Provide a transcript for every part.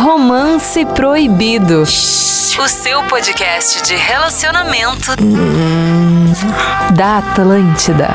Romance Proibido. O seu podcast de relacionamento da Atlântida.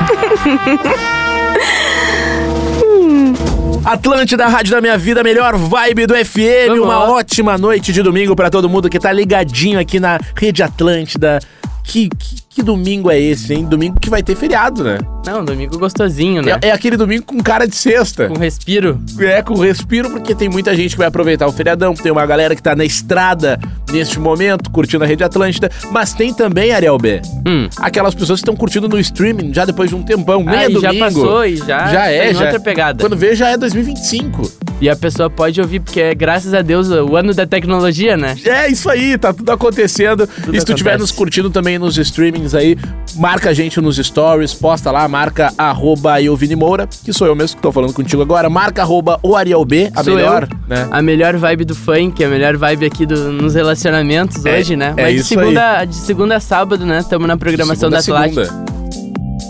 Atlântida, Rádio da Minha Vida, melhor vibe do FM. Vamos Uma lá. ótima noite de domingo pra todo mundo que tá ligadinho aqui na Rede Atlântida. Que, que, que domingo é esse, hein? Domingo que vai ter feriado, né? Não, um domingo gostosinho, né? É, é aquele domingo com cara de sexta. Com respiro. É, com respiro, porque tem muita gente que vai aproveitar o feriadão. Tem uma galera que tá na estrada neste momento, curtindo a Rede Atlântida. Mas tem também, Ariel B, Hum. aquelas pessoas que estão curtindo no streaming já depois de um tempão. Nem Aí é domingo. já passou e já, Já é, tem já. outra pegada. Quando vê, já é 2025. E a pessoa pode ouvir, porque é, graças a Deus, o ano da tecnologia, né? É isso aí, tá tudo acontecendo. e se tu estiver acontece. nos curtindo também nos streamings aí, marca a gente nos stories, posta lá, marca arroba eu, Vini Moura, que sou eu mesmo que tô falando contigo agora, marca arroba o Ariel B, a Sou melhor, eu. né? A melhor vibe do funk, a melhor vibe aqui do- nos relacionamentos É- hoje, né? é Mas de, isso aí. segunda, de segunda a sábado, né? Estamos na programação Segunda, da Atlântica. segunda.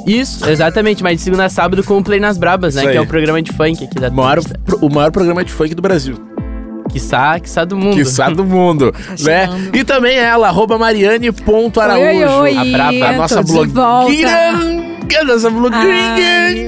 Isso, exatamente. Mas de segunda a sábado com o Play nas Brabas, né? Isso Que é aí. o programa de funk aqui da O maior, Atlântida. pro- o maior programa de funk do Brasil. Quiçá, quiçá do mundo. Que sabe do mundo, Tá né? E também ela, arroba mariane.araújo. Oi, oi, a braba, a tô nossa de blogueira. a Nossa blogueirinha. Né?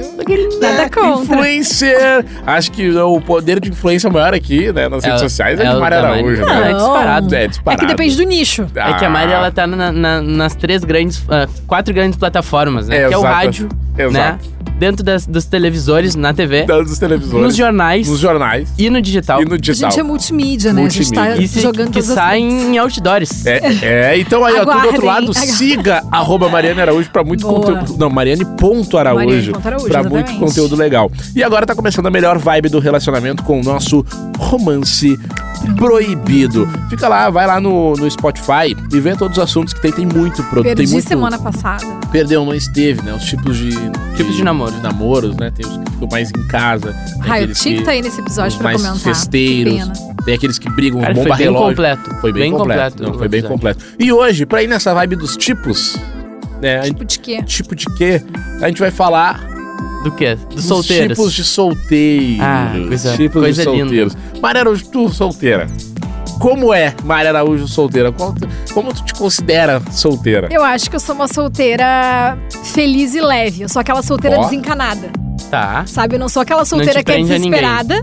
Nada contra. Influencer. Acho que o poder de influência maior aqui, né, nas É redes o- sociais é, é de o Mari da Mari. Araújo, Não, né? é disparado. É É disparado. que depende do nicho. É que a Mari, Ah, ela tá na- na- nas três grandes, ah, quatro grandes plataformas, né? É, que é o exato. rádio, Exato. né? Dentro das, dos televisores, na TV, da- Dos Ah, televisores. nos jornais Nos jornais. e no digital. E no A digital. gente é multimídia, né? A Multimídia. E gente tá se, jogando que todas as sai redes. em outdoors. É, é, então aí, ó, tu do outro Aguardem, lado, aguardem. siga arroba Mariane Araújo pra muito Boa. conteúdo. Não, Mariane.araújo. Mariane.Araújo, Pra exatamente. muito conteúdo legal. E agora tá começando a melhor vibe do relacionamento com o nosso romance proibido. Fica lá, vai lá no, no Spotify e vê todos os assuntos que tem. Tem muito produto. Tem Perdi muito. semana passada. Perdeu, não esteve, né? Os tipos de. Tipos de namoro. de namoros, né? Tem os que ficam mais em casa. tem Raio, eu aqueles tinha que- que estar tá aí nesse os episódio pra mais comentar. Que festeiros. pena. Tem aqueles que brigam, Cara, bomba foi bem um relógio. completo. né? é. Foi bem, completo. Não, foi bem o completo. E hoje, pra ir nessa vibe dos tipos, né? É. a gente- Tipo de quê? Tipo de quê? A gente vai falar episódio. Do quê? Dos dos solteiros. tipos de solteiros. Ah, coisa- tipos coisa de linda. solteiros. Maria Araújo, tu solteira. Como é Maria Araújo solteira? Qual tu- Como tu te considera solteira? Eu acho que eu sou uma solteira feliz e leve. Eu sou aquela solteira Ó. desencanada. Tá, Sabe? Eu não sou aquela solteira te que é prende a ninguém. desesperada.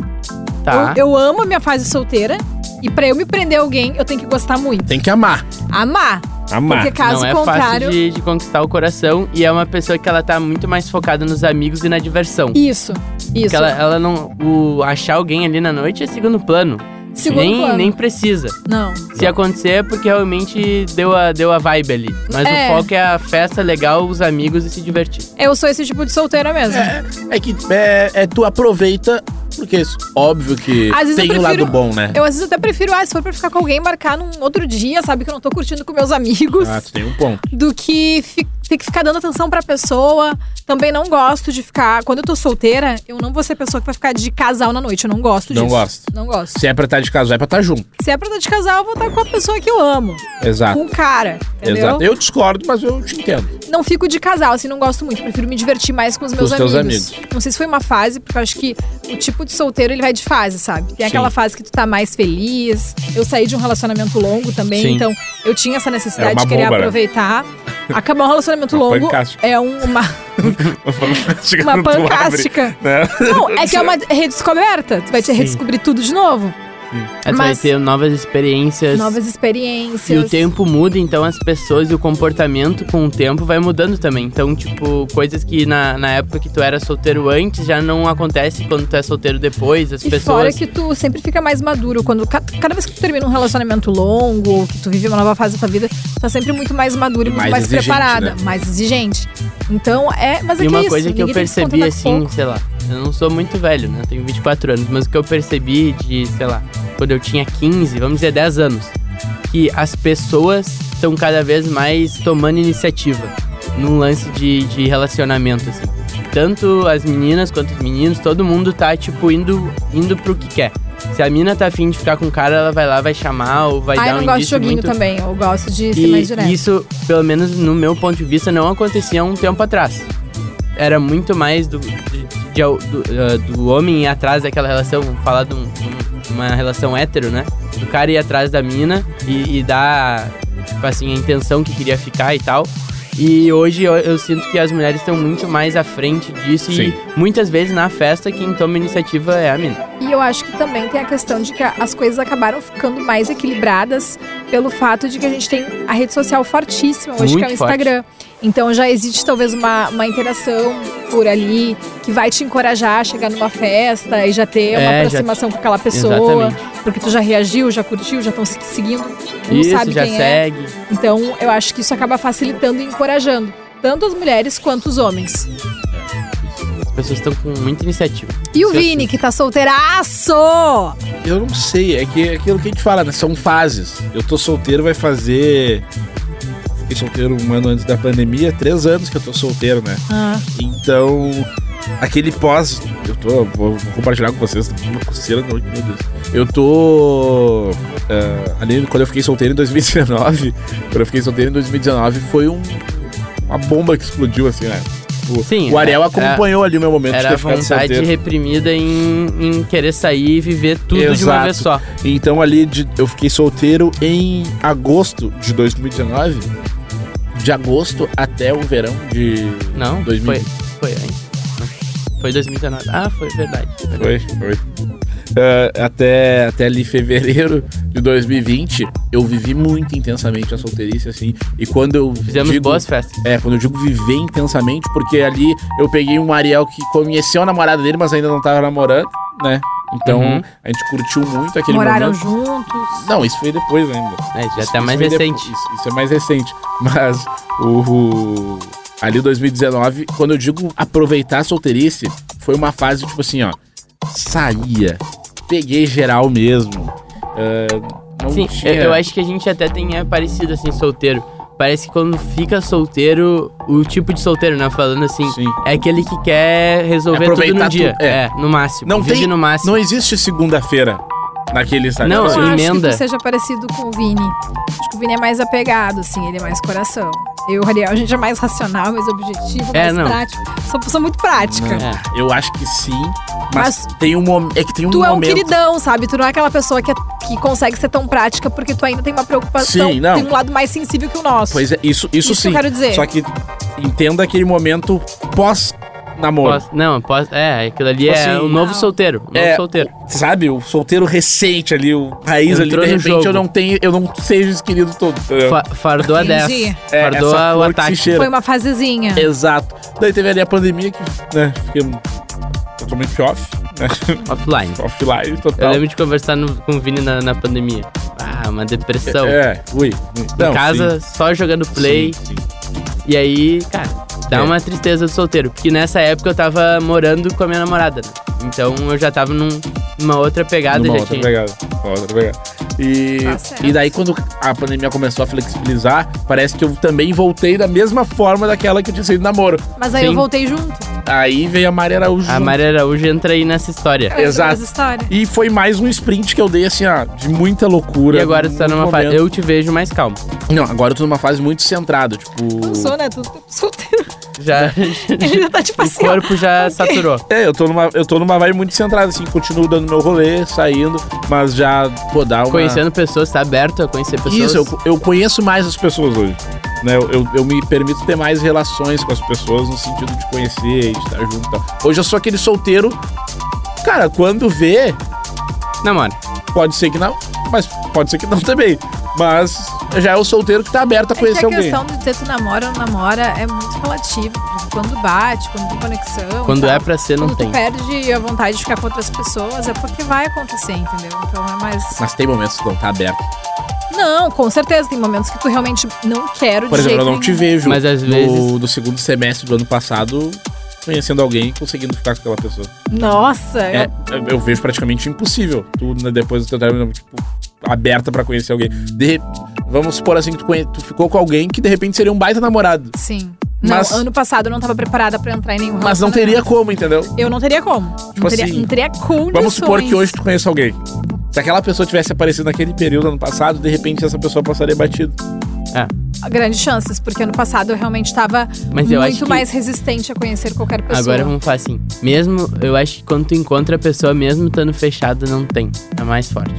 tá. Eu, eu amo a minha fase solteira. E pra eu me prender a alguém, eu tenho que gostar muito. Tem que amar. Amar. Amar. Porque caso não é fácil contrário. de, de conquistar o coração e é uma pessoa que ela tá muito mais focada nos amigos e na diversão. Isso. Isso. Porque ela, ela não. O, achar alguém ali na noite é segundo plano. Segundo nem, plano. nem precisa. Não. Se acontecer é porque realmente deu a, deu a vibe ali. Mas É. o foco é a festa legal, os amigos e se divertir. Eu sou esse tipo de solteira mesmo. É, é que é, é tu aproveita, porque óbvio que Às vezes tem eu um prefiro- lado bom, né? Eu às vezes até prefiro, ah, se for pra ficar com alguém, marcar num outro dia, sabe? Que eu não tô curtindo com meus amigos. Ah, tu tem um ponto. do que fi- ter que ficar dando atenção pra pessoa. Também não gosto de ficar. Quando eu tô solteira, eu não vou ser a pessoa que vai ficar de casal na noite. Eu não gosto Não disso. gosto. Não gosto. Se é pra estar de casal, é pra estar junto. Se é pra estar de casal, eu vou estar com a pessoa que eu amo. Exato. Com o cara. Entendeu? Ah. Exato. Eu discordo, mas eu te entendo. Não fico de casal, assim, não gosto muito. Prefiro me divertir mais com os meus os teus amigos. Não sei se foi uma fase, porque eu acho que o tipo de solteiro ele vai de fase, sabe? Tem Sim. aquela fase que tu tá mais feliz. Eu saí de um relacionamento longo também, Sim. então eu tinha essa necessidade É uma de querer bomba, né? aproveitar. Acabar um relacionamento Uma longo pancástica. é um- uma, uma pancástica. Não, é que é uma redescoberta. Tu vai te Sim. redescobrir tudo de novo. Aí tu Mas- vai ter novas experiências. Novas E experiências. o tempo muda, então as pessoas e o comportamento com o tempo vai mudando também. Então, tipo, coisas que na, na época que tu era solteiro antes já não acontece quando tu é solteiro depois. As E fora pessoas. que tu sempre fica mais maduro. quando ca- Cada vez que tu termina um relacionamento longo, ou que tu vive uma nova fase da tua vida, tu tá sempre muito mais maduro e muito Mais mais, exigente, preparada, né? mais exigente. Então, é. Mas é E que é uma isso, coisa que eu ninguém tem se percebi, contentar com assim, sei lá, eu não sou muito velho, né? Eu Tenho 24 anos, mas o que eu percebi de, sei lá, quando eu tinha 15, vamos dizer 10 anos, que as pessoas estão cada vez mais tomando iniciativa num lance de, de relacionamento, assim. Tanto as meninas quanto os meninos, todo mundo tá, tipo, indo, indo pro que quer. Se a mina tá afim de ficar com o cara, ela vai lá, vai chamar ou vai pouco. dar Ah, eu um não gosto de indício joguinho muito também. Eu gosto de ser é mais direto. e isso, pelo menos no meu ponto de vista, não acontecia há um tempo atrás. Era ah, muito mais do, de- de- do, eh, do homem ir atrás daquela relação, vamos falar de um, um- uma relação hétero, né? Do cara ir atrás da mina e, e dar, tipo assim, a intenção que queria ficar e tal. E hoje eu, eu sinto que as mulheres estão muito mais à frente disso Sim. e muitas vezes na festa quem toma iniciativa é a mina. E eu acho que também tem a questão de que a- as coisas acabaram ficando mais equilibradas pelo fato de que a gente tem a rede social fortíssima hoje, que é o Muito forte. Instagram. Então já existe talvez uma, uma interação por ali que vai te encorajar a chegar numa festa e já ter uma É, já- aproximação com aquela pessoa. Exatamente. Porque tu já reagiu, já curtiu, já estão se seguindo. Tu não Isso, sabe já quem é. segue. Então eu acho que isso acaba facilitando e encorajando. Tanto as mulheres quanto os homens. As pessoas estão com muita iniciativa. E o Isso é Vini, assim. que tá solteiraço! Eu não sei, é que é aquilo que a gente fala, né? São fases. Eu tô solteiro, vai fazer. Fiquei solteiro um ano antes da pandemia, três anos que eu tô solteiro, né? Ah. Então, aquele pós. Eu tô. Vou, vou compartilhar com vocês. Uma coceira no meu Deus. Eu tô. ah, ali quando eu fiquei solteiro em 2019. Quando eu fiquei solteiro em 2019, foi um, uma bomba que explodiu, assim, né? O, Sim, o Ariel é- acompanhou ali o meu momento de Era a ter ficado vontade solteiro. reprimida em, em querer sair e viver tudo de uma Exato. vez só. Então ali de- eu fiquei solteiro em agosto de 2019. De agosto até o verão de. Não, 2000. foi, foi antes. Não. Foi 2019. Ah, foi verdade. Foi, foi. Ah, até, até ali fevereiro de 2020, eu vivi muito intensamente a solteirice, assim. E quando eu. Fizemos digo- boas festas. É, quando eu digo viver intensamente, porque ali eu peguei um Ariel que conheceu a namorada dele, mas ainda não tava namorando, né? Então Uhum. a gente curtiu muito aquele Moraram momento. juntos. Não, isso foi depois ainda. É, já Isso- tá isso mais vem depois, recente. isso, isso é mais recente. Mas o, o- ali 2019, quando eu digo aproveitar a solteirice, foi uma fase tipo assim, ó, saía, peguei geral mesmo. ah, não Sim, eu, tinha- eu acho que a gente até tem é parecido assim, solteiro. Parece que quando fica solteiro, o tipo de solteiro, né? Falando assim, Sim. é aquele que quer resolver tudo Aproveitar no dia. tudo, é. no máximo. Não Vive tem- no máximo. Não existe segunda-feira naquele Tipo sabe? Assim- Não, Eu Sim, acho emenda. que tu seja parecido com o Vini. Acho que o Vini é mais apegado, assim, ele é mais coração. Eu, o Ariel, a gente é mais racional, mais objetivo, É, mais não. prático. Sou uma pessoa muito prática. É. assim, Eu acho que sim, mas, tem um momento. É que tem um Tu é um momento. queridão, sabe? Tu não é aquela pessoa que, é- que consegue ser tão prática porque tu ainda tem uma preocupação, Sim, não. tem um lado mais sensível que o nosso. Pois é, isso, isso, que sim. eu quero dizer. Só que entenda aquele momento pós-namoro. Posso- não, posso, é, aquilo ali Tipo é assim, o novo não. solteiro. O novo É, solteiro. sabe, o solteiro recente ali, o país ali, de Entrou no repente jogo. eu não tenho, eu não seja esse querido todo. entendeu? Fa- fardou a 10. Entendi. É, fardou Então. essa a- o flor que se ataque. cheira. Foi uma fasezinha. Exato. Daí teve ali a pandemia que, né, fiquei totalmente off, né, Offline. offline Eu total. lembro de conversar no- com o Vini na, na pandemia. Ah, uma depressão. É, ui. Em Não, casa, só jogando sim, play. sim, sim. E aí, cara, dá É. uma tristeza do solteiro. Porque nessa época eu tava morando com a minha namorada, né? Então eu já tava num- numa outra pegada Numa já outra tinha. pegada, uma outra pegada. E, Tá certo. e daí, quando a pandemia começou a flexibilizar, parece que eu também voltei da mesma forma daquela que eu tinha saído do namoro. Mas aí eu Sim. voltei junto. Aí veio a Maria Araújo. A junto. Maria Araújo entra aí nessa história. Eu Exato. essa história. E foi mais um sprint que eu dei, assim, ó, de muita loucura. E agora tu tá muito numa fase. momento. Eu te vejo mais calmo. Não, agora eu tô numa fase muito centrada, tipo. Não sou, né? Tu tu- solteiro. Já. Ele já tá tipo o assim, ó. corpo já saturou. É, eu tô numa, eu tô numa vibe muito centrada, assim, continuo dando meu rolê, saindo, mas já vou dar uma. Conhecendo pessoas, tá aberto a conhecer pessoas. Isso, eu, eu conheço mais as pessoas hoje. Né? Eu, eu, eu me permito ter mais relações com as pessoas no sentido de conhecer e de estar junto e tal. Hoje eu sou aquele solteiro. Cara, quando vê, Namora. pode ser que não, mas pode ser que não também. Mas já é o solteiro que tá aberto a É que conhecer a alguém. questão de ter tu namora ou não namora é muito relativo. porque Quando bate, quando tem conexão. Quando tá? é pra ser, não quando tem. tu perde a vontade de ficar com outras pessoas, é porque vai acontecer, entendeu? Então é mais. Mas tem momentos que não tá aberto. Não, com certeza. Tem momentos que tu realmente não quero de Por exemplo, jeito eu não te nenhum. vejo Mas às no, vezes- no segundo semestre do ano passado conhecendo alguém e conseguindo ficar com aquela pessoa. Nossa, É, eu- eu- eu vejo praticamente impossível. Tu, né, depois do teu término, tipo, aberta pra conhecer alguém. De re- Vamos supor assim que tu, conhe- tu ficou com alguém que de repente seria um baita namorado. sim. Não, Mas- ano passado eu não tava preparada pra entrar em nenhum Mas não teria como, entendeu? relacionamento. Eu não teria como. Tipo não, teria, assim, não teria condições. Vamos supor que hoje tu conheça alguém. Se aquela pessoa tivesse aparecido naquele período ano passado, de repente essa pessoa passaria batido. É. Grandes chances, porque ano passado eu realmente tava Mas eu acho muito que mais resistente a conhecer qualquer pessoa. é um Agora vamos falar assim. Mesmo, eu acho que quando tu encontra a pessoa, mesmo estando fechada, não tem. É mais forte.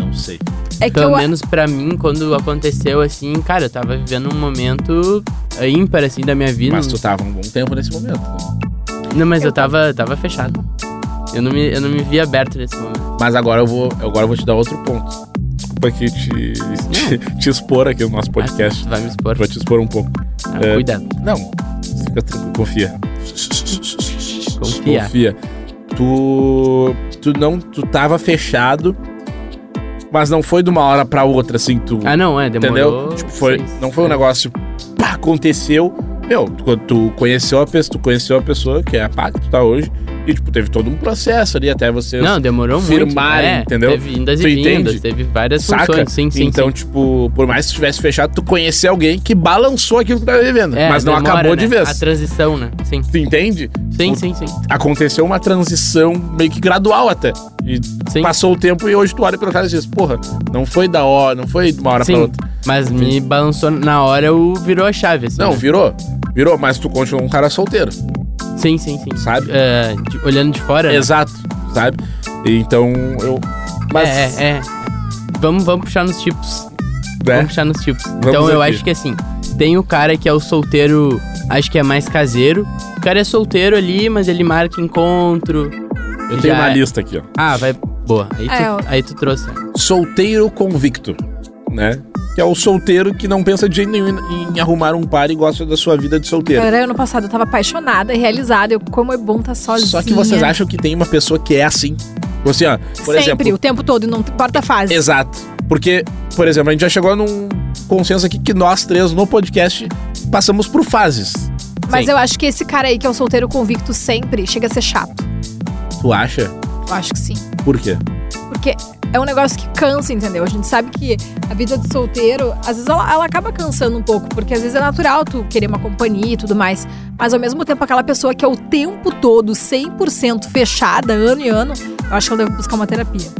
Não sei. é que Pelo eu, menos pra mim, quando aconteceu assim, cara, eu tava vivendo um momento eh, ímpar assim da minha vida. Mas tu tava um bom tempo nesse momento. né? Não, mas eu tava, tava fechado. Eu não, me, eu não me vi aberto nesse momento. Mas agora eu vou, agora eu vou te dar outro ponto. Desculpa aqui te, te, te expor aqui no nosso Ah, podcast. tu vai me expor. Vou te expor um pouco. Ah, é. Cuidado. Não, fica tranquilo, confia. Confia. Confia. Tu, tu não, tu tava fechado, mas não foi de uma hora pra outra, assim, tu... Ah, não, é, demorou. Entendeu? Tipo, foi, seis, É. não foi um sete. negócio pá, aconteceu. Meu, tu, tu conheceu a pessoa, tu conheceu a pessoa que é a pá que tu tá hoje. E, tipo, teve todo um processo ali até você. Não, demorou muito. firmarem, é, entendeu? Teve indas Tu e vindas, entende? teve várias Saca? funções, sim, sim. então, tipo, por mais que tu tivesse fechado, tu conhecia alguém que balançou aquilo que tu tava vivendo. sim. É, mas não demora, acabou de né? A vez. transição, né? Sim. Tu entende? Sim, O- sim, sim. Aconteceu uma transição meio que gradual até. E Sim. passou o tempo e hoje tu olha pelo cara e diz, porra, não foi da hora, não foi de uma hora Sim. pra outra. Mas me balançou na hora, eu virou a chave, assim. Não, né? virou. Virou, mas tu continua um cara solteiro. Sim, sim, sim. Sabe? É, de- olhando de fora. né? Exato, sabe? Então eu. Mas. É, é, é. Vamos, vamos puxar nos tipos. Vamos Né? puxar nos tipos. então eu aqui. acho que assim, tem o cara que é o solteiro, acho que é mais caseiro. O cara é solteiro ali, mas ele marca encontro. Eu tenho Já uma é. lista aqui, ó. Ah, vai. Boa. Aí tu, É, eu- aí tu trouxe. Solteiro convicto, né? Que é o solteiro que não pensa de jeito nenhum em arrumar um par e gosta da sua vida de solteiro. Cara, ano passado eu tava apaixonada e realizada. Eu, como é bom tá sozinha. Só que vocês acham que tem uma pessoa que é assim. Você, ó, por Sempre, exemplo. o tempo todo, e não importa a fase. Exato. Porque, por exemplo, a gente já chegou num consenso aqui que nós três no podcast passamos por fases. Mas Sim. eu acho que esse cara aí, que é o solteiro convicto sempre, chega a ser chato. Tu acha? Eu acho que sim. Por quê? Porque é um negócio que cansa, entendeu? A gente sabe que a vida de solteiro, às vezes ela, ela acaba cansando um pouco, porque às vezes é natural tu querer uma companhia e tudo mais. Mas ao mesmo tempo, aquela pessoa que é o tempo todo 100% fechada, ano e ano, eu acho que ela deve buscar uma terapia.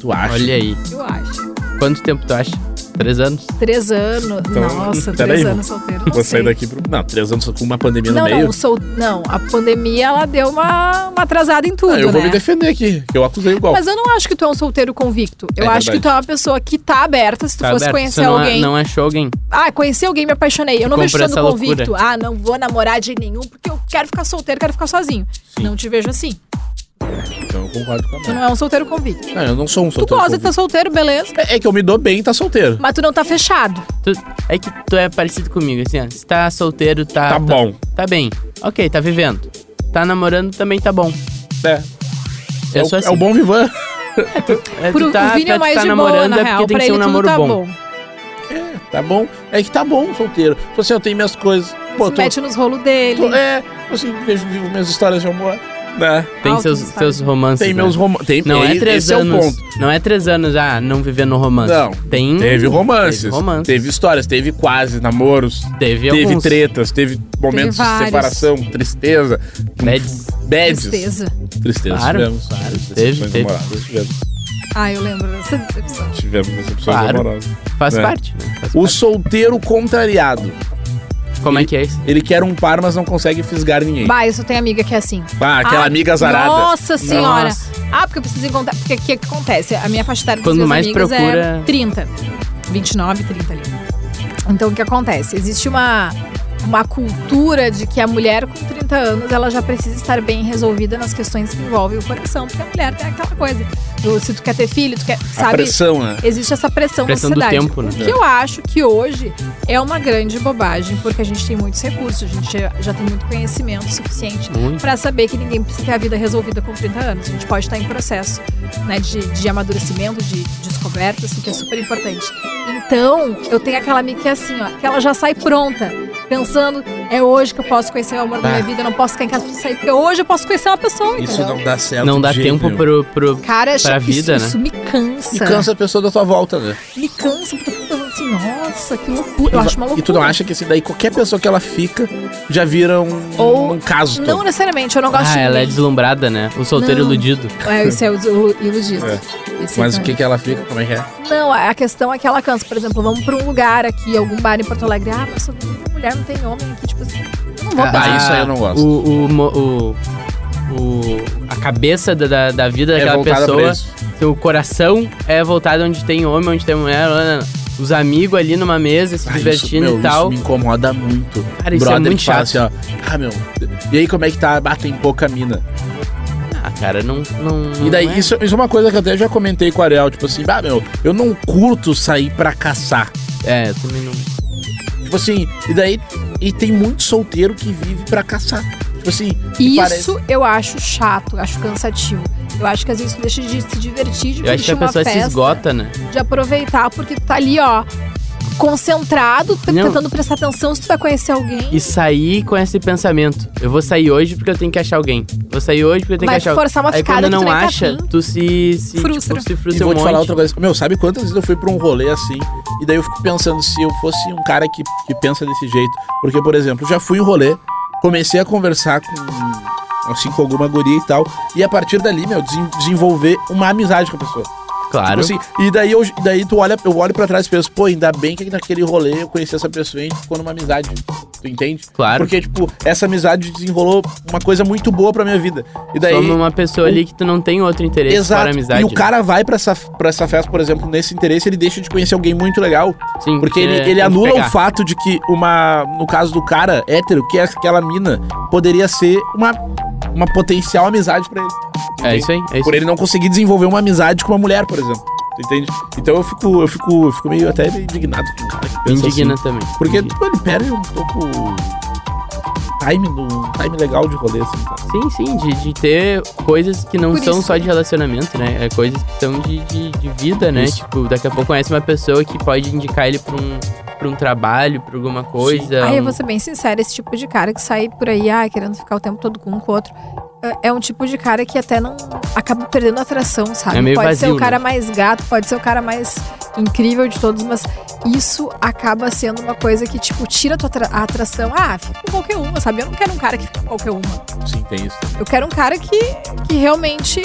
Tu acha? Olha aí. Eu acho. Quanto tempo tu acha? Três anos? Três anos. Então, Nossa, peraí, três anos solteiro. Não Vou sair sei. daqui pro. Não, três anos com uma pandemia Não, um no meio. não, sou, não, a pandemia ela deu uma, uma atrasada em tudo, Ah, eu vou né? me defender aqui, que eu acusei igual. Mas eu não acho que tu é um solteiro convicto. Eu É verdade. acho que tu é uma pessoa que tá aberta se tu Tá fosse aberto? conhecer Tu não, alguém. Não achou alguém? Ah, conheci alguém, me apaixonei. Eu não vejo comprou sendo essa convicto. Ah, não vou namorar de nenhum, porque eu quero ficar solteiro, quero ficar sozinho. Sim. Não te vejo assim. Então eu concordo com a Tu Mari. não é um solteiro convicto. Não, eu não sou um Tu solteiro. gosta de estar solteiro, beleza. convicto. É é que eu me dou bem e tá solteiro. Mas tu não tá fechado. Tu- é que tu é parecido comigo, assim, ó. Se tá solteiro, tá. tá bom. Tá bem. Ok, tá vivendo. Tá namorando, também tá bom. É. Eu É, o, sou assim. é o bom vivan. É, Pro, tu tá, o Vini é tu mais tá de boa, namorando, na é real. porque tem Pra que ser um ele tudo namoro tá bom. bom. Tá bom. É que tá bom solteiro. Tipo assim, eu tenho minhas coisas. Pô, Se tô, mete nos rolos dele. tô- É, tipo assim, vejo vivo minhas histórias de amor. Né? Tem Altos seus, estágios. seus romances. Tem né? meus romances. Tem Não é, e- três esse anos. é o ponto. Não é três anos, ah, não vivendo no romance. Não. Tem. um Teve um- romances. Teve Teve romances. histórias, teve quase namoros. Teve, Teve alguns. tretas, teve momentos de vários. separação, tristeza. Bads. Bads. Tristeza. Tristeza. Claro, tivemos, claro. Decepções Teve, teve. amorosas, tivemos. Ah, eu lembro dessa decepção. Tivemos decepções Claro. amorosas. Faz É. parte. né? Faz O solteiro contrariado. parte. Como é que é isso? Ele quer um par, mas não consegue fisgar ninguém. Bah, isso tem amiga que é assim. Ah, aquela Ah, amiga zarada. Nossa senhora. Nossa. Ah, porque eu preciso encontrar. Porque o que que acontece? A minha faixa etária das Quando minhas mais amigas é procura- 30. 29, 30 ali. Então o que acontece? Existe uma, uma cultura de que a mulher com 30 anos ela já precisa estar bem resolvida nas questões que envolvem o coração, porque a mulher tem aquela coisa. do se tu quer ter filho, tu quer. A Sabe? pressão, né? Existe essa pressão, Pressão na do sociedade. tempo, né? O que eu acho que hoje é uma grande bobagem, porque a gente tem muitos recursos, a gente já- já tem muito conhecimento suficiente Muito. Pra saber que ninguém precisa ter a vida é resolvida com 30 anos. A gente pode estar em processo né, de, de amadurecimento, de descoberta, assim, que é super importante. Então, eu tenho aquela amiga que é assim, ó, que ela já sai pronta, pensando, é hoje que eu posso conhecer o amor da Ah. minha vida, eu não posso ficar em casa pra sair, porque hoje eu posso conhecer uma pessoa, Isso entendeu? não dá certo. Não dá de jeito tempo nenhum. pro, pro. Cara, Pra isso, vida, né? isso é. me cansa. E cansa a pessoa da tua volta, né? Me cansa, porque eu fico pensando assim, nossa, que loucura. Eu acho uma loucura. E tu não acha que assim, daí qualquer pessoa que ela fica já vira um, Ou- um caso. Não necessariamente, eu não gosto Ah, de ela é ninguém. deslumbrada, né? O solteiro Não. iludido. É, isso é o desilu- iludido. Esse Mas o também. que que ela fica? Como é que é? Não, a a questão é que ela cansa. Por exemplo, vamos pra um lugar aqui, algum bar em Porto Alegre. Ah, mas só tem mulher, não tem homem aqui. Tipo assim, eu não vou É. Ah, pensar. isso aí eu não gosto. O, o, mo- o, o- a cabeça da- da, da vida é daquela voltada pra pessoa, isso. o coração é voltado onde tem homem, onde tem mulher, olha, os amigos ali numa mesa se Ah, isso, divertindo meu, e tal. Isso me incomoda muito. Cara, isso é Brother muito que fala chato. assim, ó. Ah, meu. E aí, como é que tá? Ah, tem pouca mina. Ah, cara, não. não E daí, não é. isso, isso é uma coisa que eu até já comentei com o Ariel. Tipo assim, ah, meu, eu não curto sair pra caçar. É, eu também não. Tipo assim, e daí, e tem muito solteiro que vive pra caçar. Tipo assim, e parece- Isso eu acho chato, eu acho cansativo. Eu acho que às vezes tu deixa de se divertir, de Eu acho que curtir a uma pessoa se festa, esgota, né? de aproveitar, porque tu tá ali, ó, concentrado, t- Não. tentando prestar atenção se tu vai conhecer alguém. E sair com esse pensamento. Eu vou sair hoje porque eu tenho que achar alguém. Vou sair hoje porque eu tenho Vai que achar alguém. forçar uma Aí ficada quando que não tu nem tá acha, afim. tu se, se Frustra. Tipo, se E frustra vou um te monte. falar outra coisa. Meu, sabe quantas vezes eu fui pra um rolê assim? E daí eu fico pensando se eu fosse um cara que, que pensa desse jeito. Porque, por exemplo, já fui em rolê, comecei a conversar com, assim, com alguma guria e tal. E a partir dali, meu, desen- desenvolver uma amizade com a pessoa. Tipo Claro. assim, e daí, eu, e daí tu olha, eu olho pra trás e penso, pô, ainda bem que naquele rolê eu conheci essa pessoa e a gente ficou numa amizade. Tu entende? Claro. Porque, tipo, essa amizade desenrolou uma coisa muito boa pra minha vida. E daí. Some uma pessoa ali que tu não tem outro interesse para amizade. né? E o cara vai pra essa, pra essa festa, por exemplo, nesse interesse, ele deixa de conhecer alguém muito legal. Sim, Porque é, ele, tem ele que anula o pegar. fato de que uma. No caso do cara hétero, que é aquela mina, poderia ser uma, uma potencial amizade pra ele. É isso aí, é isso Por aí. ele não conseguir desenvolver uma amizade com uma mulher, por exemplo. Tu entende? Então eu fico, eu fico, eu fico meio até meio indignado com o cara que pensa Indigna assim. também. Porque Indigna. tipo, ele perde um pouco time, no, time legal de rolê, assim. Tá? Sim, sim, de, de ter coisas que não Por são isso, só de relacionamento, né? É coisas que são de, de, de vida, né? Isso. Tipo, daqui a pouco conhece uma pessoa que pode indicar ele pra um, pra um trabalho, pra alguma coisa. Aí eu um- vou ser bem sincera, esse tipo de cara que sai por aí, ah, querendo ficar o tempo todo com um com o outro, é- é um tipo de cara que até não acaba perdendo a atração, sabe? É meio pode ser vazio, o cara mais gato, pode ser o cara mais incrível de todos, mas isso acaba sendo uma coisa que, tipo, tira a tua atra- a atração. Ah, fica com qualquer uma, sabe? Eu não quero um cara que fica com qualquer uma. Sim, tem isso. Eu quero um cara que, que realmente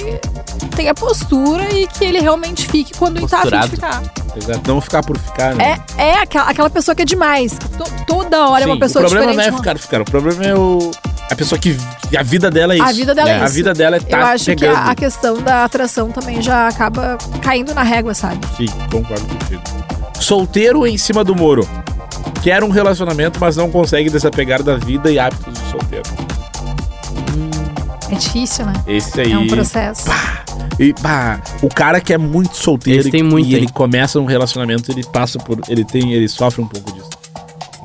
tenha postura e que ele realmente fique quando ele tá afim de Posturado. ficar. Exato. Não ficar por ficar, né? É, é aquela, aquela pessoa que é demais. que to- toda hora é Sim, uma pessoa O problema diferente. não é uma- ficar, ficar. O problema é o. A pessoa que. que A vida dela é isso. A vida dela é A isso. vida dela é Eu tá acho chegando. que a, a questão da atração também já acaba caindo na régua, sabe? Sim, concordo contigo. Solteiro em cima do muro. Quer um relacionamento, mas não consegue desapegar da vida e hábitos de solteiro. É difícil, né? Esse aí. É um processo. E, pá, o cara que é muito solteiro Esse e- tem muito, e ele hein? começa um relacionamento, ele passa por. Ele tem. Ele sofre um pouco disso.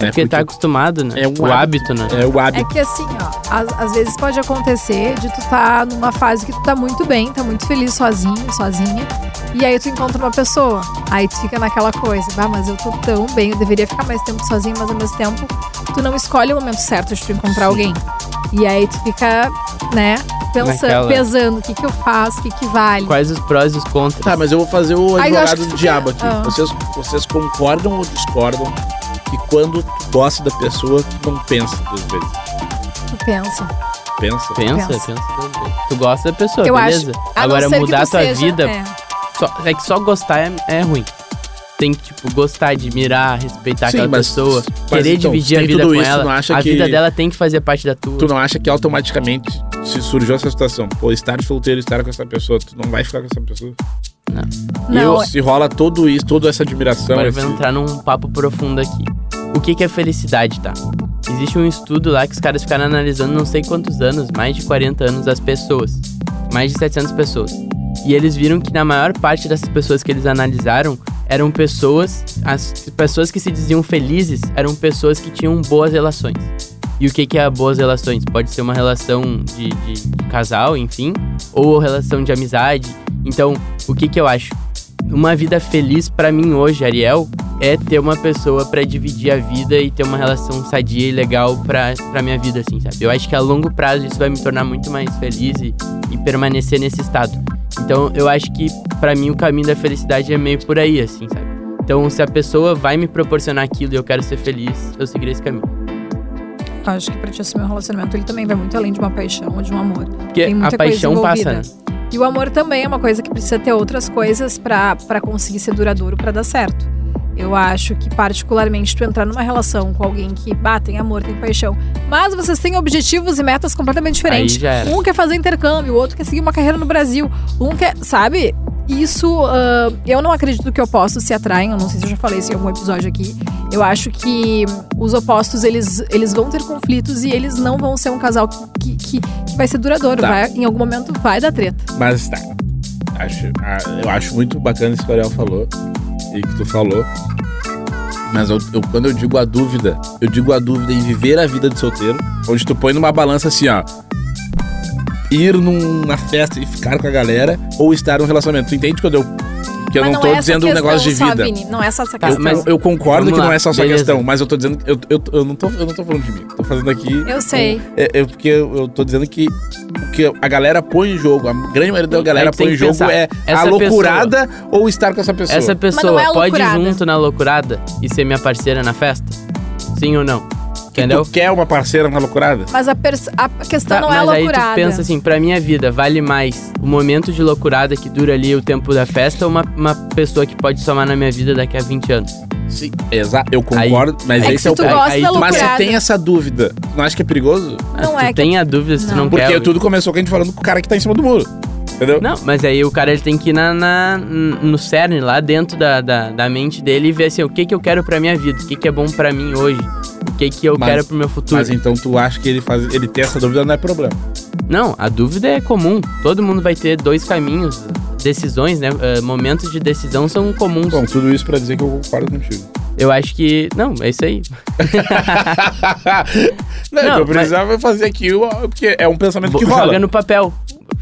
Né? Porque tá acostumado, né? É um o hábito, né? É o É hábito. que assim, ó, às, às vezes pode acontecer de tu tá numa fase que tu tá muito bem, tá muito feliz sozinho, sozinha, e aí tu encontra uma pessoa. Aí tu fica naquela coisa, bah, mas eu tô tão bem, eu deveria ficar mais tempo sozinho, mas ao mesmo tempo tu não escolhe o momento certo de tu encontrar alguém. E aí tu fica, né, pensando, Naquela. pesando, o que que eu faço, o que que vale. Quais os prós e os contras? Tá, mas eu vou fazer o Aí Ah, eu acho advogado do que você- diabo aqui. Ah. Vocês, vocês concordam ou discordam que quando tu gosta da pessoa, tu não pensa duas vezes? Tu pensa. Pensa? Pensa, Pensa. pensa. Tu gosta da pessoa, Eu beleza? A não Agora ser que mudar a tu tua seja- vida, é. só- é que só gostar é, é ruim. Tem que, tipo, gostar, admirar, respeitar Sim, aquela mas- tá pessoa, mas querer então, dividir a tem vida tudo com isso, ela. não acha a que- vida dela tem que fazer parte da tua. Tu não acha que automaticamente, se surgiu essa situação, pô, estar solteiro, estar com essa pessoa, tu não vai ficar com essa pessoa? Não, é- E se rola tudo isso, toda essa admiração. Agora esse- vamos entrar num papo profundo aqui. O que, que é felicidade, tá? Existe um estudo lá que os caras ficaram analisando não sei quantos anos, mais de 40 anos, as pessoas. Mais de 700 pessoas. E eles viram que na maior parte dessas pessoas que eles analisaram eram pessoas. As pessoas que se diziam felizes eram pessoas que tinham boas relações. E o que, que é boas relações? Pode ser uma relação de, de- de casal, enfim, ou relação de amizade. Então, o que, que eu acho? Uma vida feliz pra mim hoje, Ariel, é ter uma pessoa pra dividir a vida e ter uma relação sadia e legal pra, pra minha vida, assim, sabe? Eu acho que a longo prazo isso vai me tornar muito mais feliz e, e permanecer nesse estado. Então, eu acho que pra mim o caminho da felicidade é meio por aí, assim, sabe? Então, se a pessoa vai me proporcionar aquilo e eu quero ser feliz, eu seguirei esse caminho. Acho que pra te assumir um relacionamento, ele também vai muito além de uma paixão ou de um amor. Porque Tem muita a paixão coisa passa, envolvida. né? E o amor também é uma coisa que precisa ter outras coisas pra pra conseguir ser duradouro, pra dar certo. Eu acho que, particularmente, tu entrar numa relação com alguém que, bah, tem amor, tem paixão, mas vocês têm objetivos e metas completamente diferentes. Aí já era. Um quer fazer intercâmbio, o outro quer seguir uma carreira no Brasil, um quer, sabe? Isso, ah, eu não acredito que opostos se atraem, eu não sei se eu já falei isso em algum episódio aqui. Eu acho que os opostos, eles, eles vão ter conflitos e eles não vão ser um casal que, que, que vai ser duradouro. Tá. Vai- em algum momento vai dar treta. Mas tá. Acho, ah, eu acho muito bacana isso que o Ariel falou e que tu falou. Mas eu- eu- quando eu digo a dúvida, eu digo a dúvida em viver a vida de solteiro, onde tu põe numa balança assim, ó. Ir numa festa e ficar com a galera ou estar num relacionamento. Tu entende quando eu. Que eu Mas não, tô é essa dizendo um questão negócio de só, vida. Vini, não é só essa Tá, questão. mas- Eu, eu concordo Vamos que lá, não é só essa beleza. questão, mas eu tô dizendo. que Eu, eu, eu, não tô, eu não tô falando de mim. Tô fazendo aqui. Eu sei. É, é porque eu, eu tô dizendo que o que a galera põe em jogo, a grande maioria da galera Aí tu tem põe em que jogo pensar, é a essa loucurada ou estar com essa pessoa. Essa não pessoa é a pode ir loucurada. junto na loucurada e ser minha parceira na festa? Sim ou não? Que Entendeu? tu quer uma parceira na loucurada? Mas a, pers- a questão Tá, não é mas aí loucurada. tu pensa assim, pra minha vida, vale mais o momento de loucurada que dura ali o tempo da festa ou uma, uma pessoa que pode somar na minha vida daqui a 20 anos? Sim, exato. Eu concordo, mas é que esse é se o tu ponto. gosta Aí- da aí- Mas loucurada, se tem essa dúvida, não acha que é perigoso? Mas não tu é que... tem a dúvida se tu Não. não Porque é quer. tudo começou com a gente falando com o cara que tá em cima do muro. Entendeu? Não, mas aí o cara ele tem que ir na, na- no cerne, lá dentro da, da, da mente dele e ver assim, o que que eu quero pra minha vida, o que que é bom pra mim hoje, o que que eu Mas- quero pro meu futuro. Mas então tu acha que ele, faz, ele ter essa dúvida não é problema. Não, a dúvida é comum, todo mundo vai ter dois caminhos, decisões, né, eh, momentos de decisão são comuns. Bom, tudo isso pra dizer que eu concordo contigo. Eu acho que, não, é isso aí. não, eu Não, mas- precisava fazer aqui, o- porque é um pensamento que Bo- rola. Joga no papel.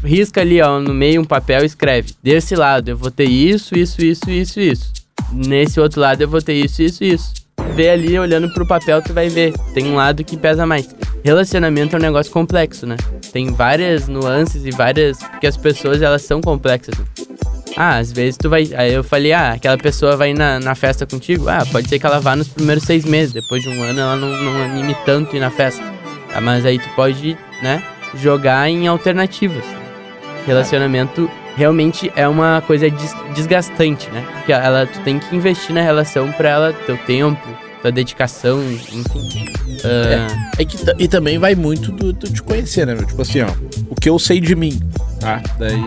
Risca ali, ó, no meio um papel e escreve. Desse lado eu vou ter isso, isso, isso, isso, isso. Nesse outro lado eu vou ter isso, isso, isso. Vê ali, olhando pro papel, tu vai ver. Tem um lado que pesa mais. Relacionamento é um negócio complexo, né? Tem várias nuances e várias... Porque as pessoas, elas são complexas. né? Ah, às vezes tu vai... Aí eu falei, ah, aquela pessoa vai na, na festa contigo? Ah, pode ser que ela vá nos primeiros seis meses. Depois de um ano ela não, não anime tanto ir na festa. Ah, mas aí tu pode, né, jogar em alternativas. Relacionamento realmente é uma coisa des- desgastante, né? Porque ela, tu tem que investir na relação pra ela, teu tempo, tua dedicação, enfim. Ah, É que, ta- e também vai muito do, do te conhecer, né, meu? Tipo assim, ó, o que eu sei de mim, tá? Daí,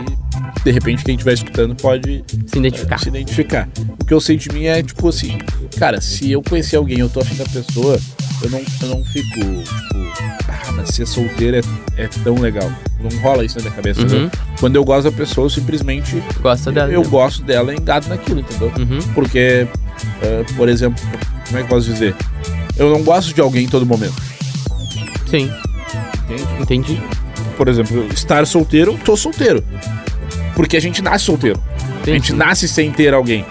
de repente, quem estiver escutando pode se identificar. se identificar. O que eu sei de mim é, tipo assim, cara, se eu conhecer alguém e eu tô afim da pessoa, eu não, eu não fico, tipo, ah, mas ser solteiro é, é tão legal. Não rola isso na minha cabeça, Uhum, né? Quando eu gosto da pessoa, eu simplesmente gosta dela. eu né? gosto dela e engado naquilo, entendeu? Uhum. Porque, eh, por exemplo, como é que eu posso dizer? Eu não gosto de alguém em todo momento, Sim, entende? entendi. por exemplo, estar solteiro, tô solteiro. Porque a gente nasce solteiro. A gente Sim, nasce sem ter alguém.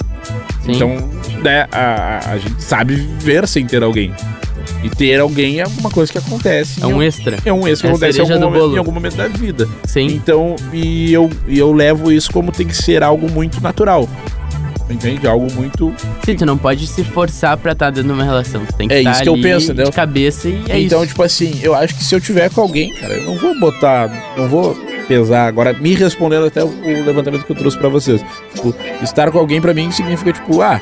sim. Então, né, a, a- a gente sabe viver sem ter alguém. E ter alguém é uma coisa que acontece. é um extra. é um ex que é a acontece em cereja algum, do momento, bolo. em algum momento da vida. Sim, Então, e eu, e eu levo isso como tem que ser algo muito natural. Entende? Algo muito. sim, tu não pode se forçar pra estar dentro de uma relação. Tu tem que É estar isso que eu ali penso, de entendeu? cabeça e é então, isso. tipo assim, eu acho que se eu tiver com alguém, cara, eu não vou botar, não vou pesar agora, me respondendo até o o levantamento que eu trouxe pra vocês. Tipo, estar com alguém pra mim significa, tipo, ah,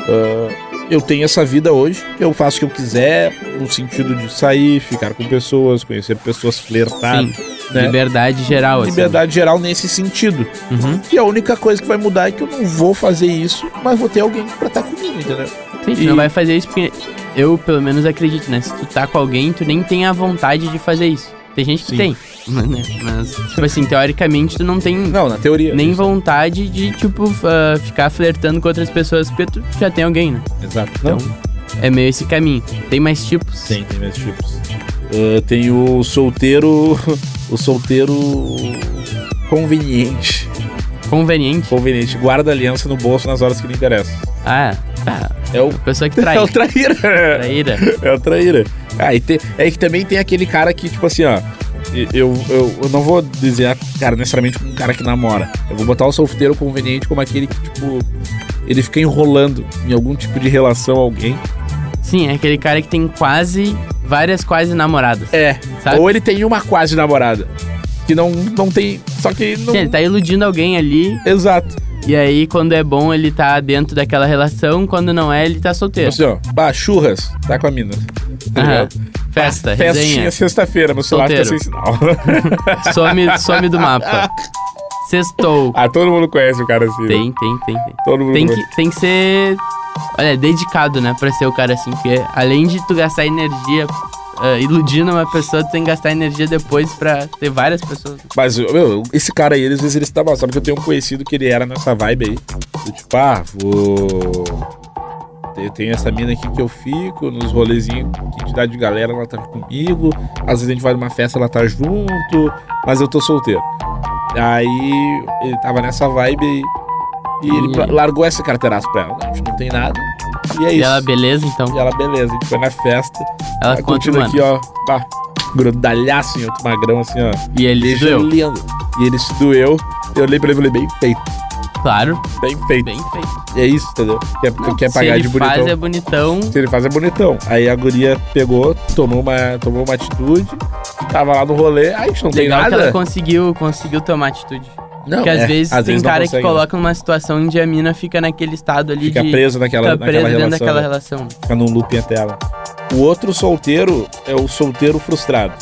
ah, eu tenho essa vida hoje, eu faço o que eu quiser, no sentido de sair, ficar com pessoas, conhecer pessoas, flertar, Sim, né? liberdade geral. assim. Liberdade geral nesse sentido. Uhum, E a única coisa que vai mudar é que eu não vou fazer isso, mas vou ter alguém pra estar comigo, entendeu? Sim, tu E- não vai fazer isso porque eu, pelo menos, acredito, né? Se tu tá com alguém, tu nem tem a vontade de fazer isso. Tem gente que Sim. tem, né? Mas, tipo assim, teoricamente, tu não tem Não, na teoria. nem vontade de, tipo, ah, ficar flertando com outras pessoas porque tu já tem alguém, né? Exato. Não, Então, é meio esse caminho. Tem mais tipos? Tem, tem vários tipos. Ah, tem o solteiro. O solteiro. Conveniente. Conveniente. Conveniente. Guarda a aliança no bolso nas horas que lhe interessa. Ah, tá. É o. A pessoa que É trai. o traíra. Traíra. É o traíra. Ah, e te- é que também tem aquele cara que, tipo assim, ó. e- Eu, eu, eu não vou dizer, cara, necessariamente como um cara que namora. Eu vou botar o solteiro conveniente como aquele que, tipo. ele fica enrolando em algum tipo de relação a alguém. Sim, é aquele cara que tem quase, várias quase namoradas. É. Sabe? Ou ele tem uma quase namorada. Que não, não tem. Só que não. Sim, ele tá iludindo alguém ali, Exato. e aí quando é bom ele tá dentro daquela relação, quando não é ele tá solteiro. Assim, ó, bah, churras, tá com a mina. Tá Aham. ligado? Festa, Festinha Tá resenha, sexta-feira, meu celular fica sem Solteiro. sinal. some, some do mapa. Sextou. ah, todo mundo conhece o cara assim. né? Tem, tem, tem, tem. Todo mundo Tem conhece. que, tem que ser. Olha, dedicado, né? Pra ser o cara assim. Porque além de tu gastar energia ah, iludindo uma pessoa, tu tem que gastar energia depois pra ter várias pessoas. Mas, meu, esse cara aí, às vezes ele se dá mal. Sabe que eu tenho um conhecido que ele era nessa vibe aí. Do tipo, ah, vou. Tem- Tem essa mina aqui que eu fico, nos rolezinhos, quantidade de galera, ela tá comigo. Às vezes a gente vai numa festa, ela tá junto, mas eu tô solteiro. Aí ele tava nessa vibe aí. E ele E pra- aí? largou essa carteiraça pra ela. A gente não tem nada. E é E isso. ela, Tá beleza, então. E ela, beleza, a gente foi na festa. Ela Aí conta, curtindo mano. aqui, ó. Pá, grudalhaço em outro magrão, assim, ó. E ele Beijo doeu. lindo. E ele se doeu. Eu olhei pra ele e falei, bem feito, Claro, bem feito. bem feito. E é isso, entendeu? Quer, quer Se pagar ele de bonitão. faz, é bonitão. Se ele faz, é bonitão. Aí a guria pegou, tomou uma, tomou uma atitude, tava lá no rolê, aí a gente não Legal tem que ela nada. conseguiu, conseguiu tomar atitude. Não, Porque às é, vezes tem não cara consegue, né? que coloca numa situação onde a mina fica naquele estado ali Fica de. preso naquela, fica preso naquela dentro relação. né? daquela relação. Fica num looping até ela. O outro solteiro é o solteiro frustrado.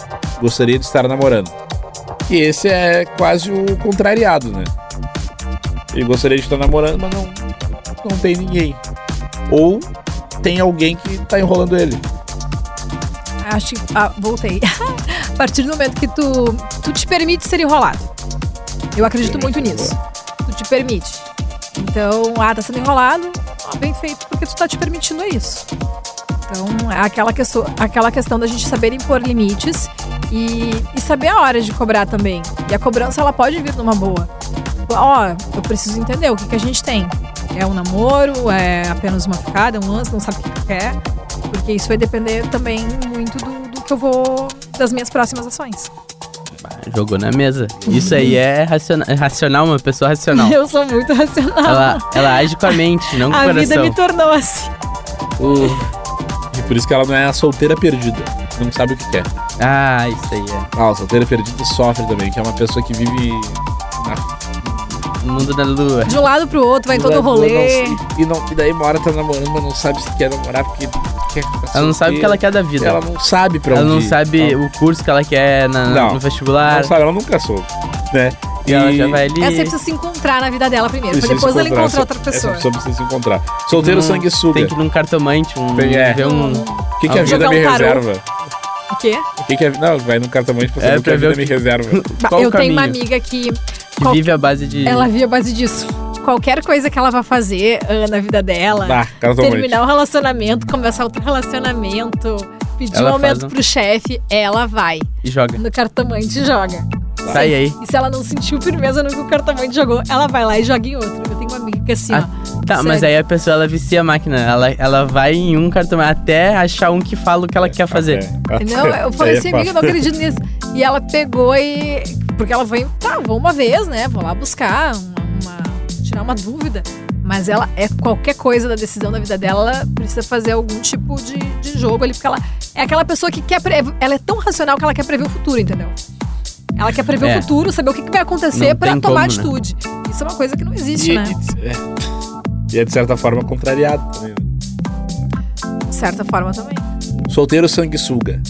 Gostaria de estar namorando. E esse é quase o contrariado, né? Ele gostaria de estar namorando, mas não, não tem ninguém. Ou tem alguém que tá enrolando ele. Acho que. Ah, voltei. a partir do momento que tu, tu te permite ser enrolado. Eu acredito muito nisso. Tu te permite. Então, ah, tá sendo enrolado, ah, bem feito, porque tu tá te permitindo é isso. Então, é aquela, questão, aquela questão da gente saber impor limites e, e saber a hora de cobrar também. E a cobrança, ela pode vir numa boa. Ó, eu preciso entender o que, que a gente tem. É um namoro, é apenas uma ficada, é um lance, não sabe o que que quer. Porque isso vai depender também muito do, do que eu vou. das minhas próximas ações. Jogou na mesa. Isso aí é racional, racional uma pessoa racional. Eu sou muito racional. Ela, ela age com a mente, não com o a vida coração. me tornou assim. O- E por isso que ela não é a solteira perdida. Não sabe o que quer. Ah, isso aí é. Ah, o solteiro perdido sofre também, que é uma pessoa que vive na O mundo da lua. De um lado pro outro, vai em todo Não- rolê. não- e, não, e daí uma hora tá namorando, mas não sabe se quer namorar porque quer ficar Ela não sabe o solteira. que ela quer da vida. Ela não sabe pra Ela onde não ir. sabe Ela o curso que ela quer na- Não. no vestibular. não sabe, ela nunca soube, né? E ela já vai ali. Essa É, precisa se encontrar na vida dela primeiro, pra precisa depois se ela encontrar outra essa- pessoa. Essa pessoa precisa se encontrar. Solteiro Hum, Tem sanguessuga. que ir num cartomante, um, Tem- é. ver um. O que, que a vida Jogar me um tarô. reserva? O quê? O que, que a Não, vai no cartomante pra É, saber o que pra a ver vida o que- me reserva. Bah, Qual o eu tenho uma caminho? amiga que Que vive à base de. ela vive a base disso. Qualquer coisa que ela vá fazer ah, na vida dela, Tá, cartomante. terminar um relacionamento, começar outro relacionamento, pedir Ela um aumento faz um- pro chefe, ela vai. E joga. No cartomante joga. Sai aí. E se ela não sentiu firmeza no que o cartomante jogou, ela vai lá e joga em outro. Eu tenho uma amiga que assim, Ah, ó. Tá, mas Sério. aí a pessoa ela vicia a máquina. Ela, ela vai em um cartomante até achar um que fala o que ela quer fazer. É. Não, eu Aí falei é assim, amiga, eu não fácil. acredito nisso. E ela pegou e. Porque ela foi, tá, vou uma vez, né? Vou lá buscar, uma, uma- tirar uma dúvida. Mas ela é qualquer coisa da decisão da vida dela, ela precisa fazer algum tipo de, de jogo ali, porque ela é aquela pessoa que quer. Pre... Ela é tão racional que ela quer prever o futuro, entendeu? Ela quer prever É. o futuro, saber o que que vai acontecer Não pra tem tomar como, né? atitude. Isso é uma coisa que não existe, E, né? e- é. E é de certa forma contrariado também. né? De certa forma também. Solteiro sanguessuga.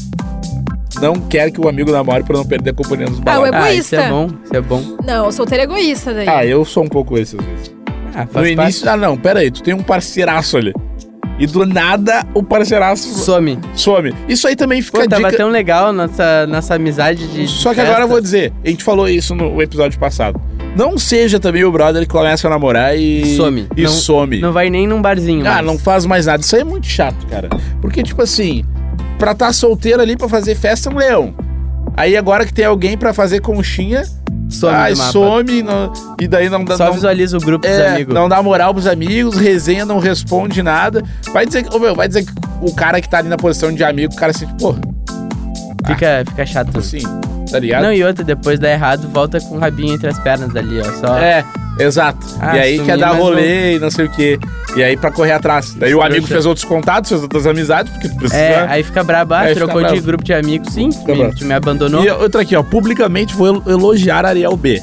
Não quer que o amigo namore pra não perder a companhia dos Ah, o balões. Ah, isso Egoísta. é bom, isso é bom. Não, solteiro é egoísta daí. Ah, eu sou um pouco esse às vezes. Ah, No faz parte. início, ah não, pera aí, tu tem um parceiraço ali. E do nada o parceiraço Some. some. Isso aí também fica Pô, a tava dica. tão legal nossa, nossa amizade de. de Só que agora festa. eu vou dizer, a gente falou isso no episódio passado. Não seja também o brother que começa a namorar e Some. E Não- some. Não vai nem num barzinho. ah, mais. não faz mais nada. Isso aí é muito chato, cara. Porque tipo assim, pra tá solteiro ali pra fazer festa é um leão. Aí agora que tem alguém pra fazer conchinha, Some ai, do mapa. some não- e daí não dá Só não- visualiza o grupo dos É, amigos. não dá moral pros amigos, resenha, não responde nada. Vai dizer que, ô, meu, vai dizer que o cara que tá ali na posição de amigo, o cara assim, pô, Fica, fica chato. assim, tá ligado? Não, e outra, depois dá errado, volta com o rabinho entre as pernas ali, ó. Só É, Exato. Ah, e aí sumir, quer dar mas rolê e não sei o quê. E aí pra correr atrás. Daí o amigo Trouxa. fez outros contatos, fez outras amizades, porque precisa. É, aí fica brabo, ah, Aí fica trocou de bravo. grupo de amigos, sim, tu Fica me, bravo. tu me abandonou. E outra aqui, ó. Publicamente vou el- elogiar Ariel B.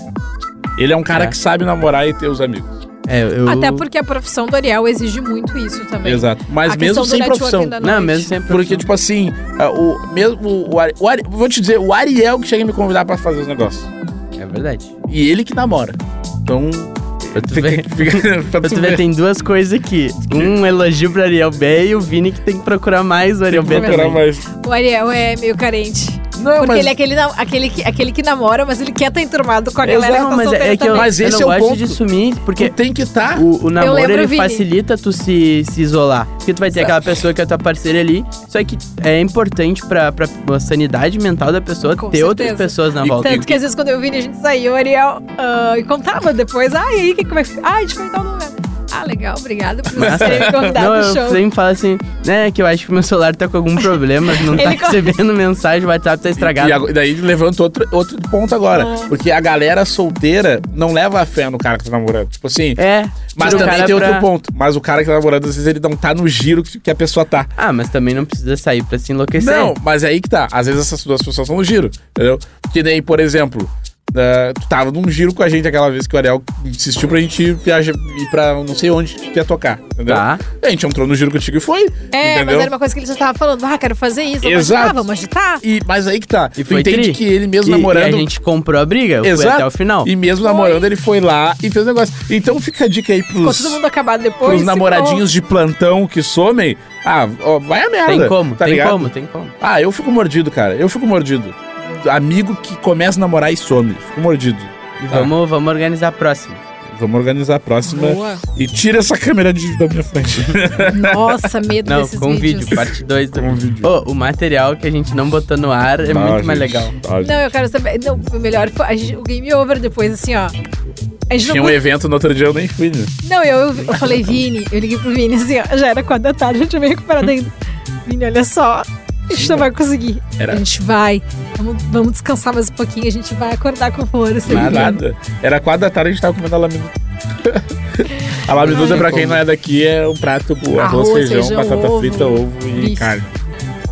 Ele é um cara É. que sabe namorar e ter os amigos. É, eu... Até porque a profissão do Ariel exige muito isso também. Exato. Mas A mesmo questão do sem networking profissão. da Não, noite. mesmo sempre. Porque, tipo assim, ah, o mesmo. O, Ari- o Ari- vou te dizer, o Ariel que chega me convidar pra fazer os negócios. É verdade. E ele que namora. Então. Pra tu fica- ver. fica- pra Pra tu tu ver, ver. tem duas coisas aqui. Um elogio pro Ariel B e o Vini que tem que procurar mais o Ariel B Procurar também. mais. O Ariel é meio carente. Não, porque mas- ele é aquele, na- aquele, que, aquele que namora, mas ele quer estar enturmado com a galera Não, que tá mas solteira é, é que eu, também. Mas eu esse não é o gosto ponto. de sumir, porque Tu tem que tá estar. o, o namoro lembro, ele Vini. facilita tu se, se isolar. Porque tu vai ter Certo. aquela pessoa que é tua parceira ali. Só que é importante pra, pra sanidade mental da pessoa Com ter outras certeza. pessoas na E volta. Tanto que é às vezes quando eu vim a gente saiu, o Ariel ah, e contava depois. Ah, e aí, que, como é que. Ah, a gente foi em tal lugar. Ah, legal, obrigado por vocês terem me convidado Não, no eu show. sempre falo assim, né, que eu acho que meu celular tá com algum problema, não tá Ele co- recebendo mensagem, o WhatsApp tá estragado. E agora- daí levanta outro, outro ponto agora. Ah. Porque a galera solteira não leva a fé no cara que tá namorando. Tipo assim. É, Mas tira o também cara tem pra- outro ponto. Mas o cara que tá namorando, às vezes, ele não tá no giro que que a pessoa tá. Ah, mas também não precisa sair pra se enlouquecer. Não, mas é aí que tá. Às vezes essas duas pessoas são no giro, entendeu? Que nem, por exemplo, ah, tu tava num giro com a gente aquela vez que o Ariel insistiu pra gente ir, viajar, ir pra não sei onde que ia tocar, entendeu? Tá. A gente entrou no giro contigo e foi, É, mas entendeu? era uma coisa que ele já tava falando. Ah, quero fazer isso. Vamos Exato. agitar, vamos agitar. E, mas aí que tá. E tu foi entende tri. que ele mesmo E- namorando... E a gente comprou a briga, eu fui Exato. até o final. E mesmo namorando, ele foi lá e fez o negócio. Então fica a dica aí Ficou pros, todo mundo acabado depois. pros namoradinhos de plantão que somem. Ah, ó, vai a merda. Tem como, tá tem ligado? como, tem como. Ah, eu fico mordido, cara. Eu fico mordido. Amigo que começa a namorar e some. Fico mordido. E vamos, vamos organizar a próxima. Vamos organizar a próxima. Boa. E tira essa câmera de, da minha frente. né? Nossa, medo Não, desses com um vídeos. vídeo, parte 2 do Com vídeo. Ô, o material que a gente não botou no ar é Tá, muito mais gente. legal. Tá, gente. Não, eu quero saber. Não, o melhor foi a gente- o game over depois, assim, ó. A gente não, Tinha um podia- evento no outro dia, eu nem fui, né? não eu, eu falei, Vini, eu liguei pro Vini assim, ó, já era quatro da tarde, a gente meio recuperado ainda. Vini, olha só, a gente não vai conseguir. Era- A gente vai, vamos, vamos descansar mais um pouquinho, a gente vai acordar com assim." força. Nada. nada. Era quatro da tarde, a gente tava comendo a laminuta. a laminuta, Ai. pra quem não é daqui, é um prato com arroz, Arroz, feijão, feijão, batata ovo, frita, ovo e bife. carne.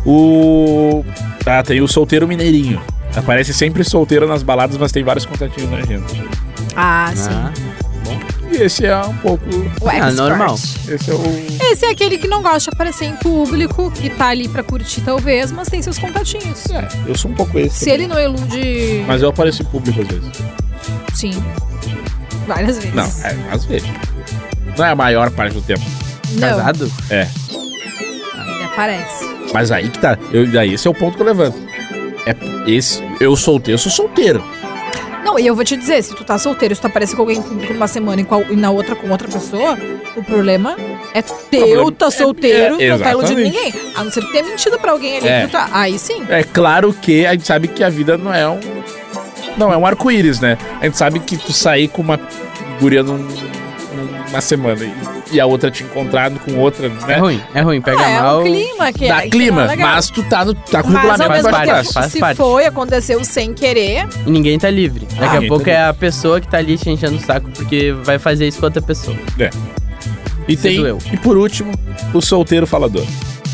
O... Ah, tem o solteiro mineirinho. Aparece sempre solteiro nas baladas, mas tem vários contatinhos na agenda. Ah, sim. Ah, E esse é um pouco... Ué, Ah, expert. normal. Esse é o... Esse é aquele que não gosta de aparecer em público, que tá ali pra curtir talvez, mas tem seus contatinhos. É, eu sou um pouco esse. Se ele não elude, Mas eu apareço em público às vezes. sim. Várias vezes. Não, é, às vezes. Não é a maior parte do tempo. Não, casado? É. ele aparece. Mas aí que tá. Eu, daí esse é o ponto que eu levanto. É, esse, eu solteiro, eu sou solteiro. Não, e eu vou te dizer, se tu tá solteiro, se tu aparece com alguém em público uma semana e, com a- e na outra com outra pessoa, o problema é teu, problema tá solteiro, é- não tá iludindo ninguém. exatamente. A não ser que tenha mentido pra alguém ali. É. que tu tá- aí sim. É claro que a gente sabe que a vida não é um. Não é um arco-íris, né? A gente sabe que tu sair com uma guria num, numa semana e, e a outra te encontrar com outra, É né? ruim, é ruim, pega Ah, é mal. um clima que Dá é, que não clima, é legal. mas tu tá, no, tá com o Mas, ao regulamento mesmo faz tempo, parte, se faz parte. foi, aconteceu sem querer, E ninguém tá livre. Daqui a Ah, pouco ninguém tá é a pessoa que tá ali te enchendo o saco porque vai fazer isso com outra pessoa. E Se tem, doeu. e por último, o solteiro falador.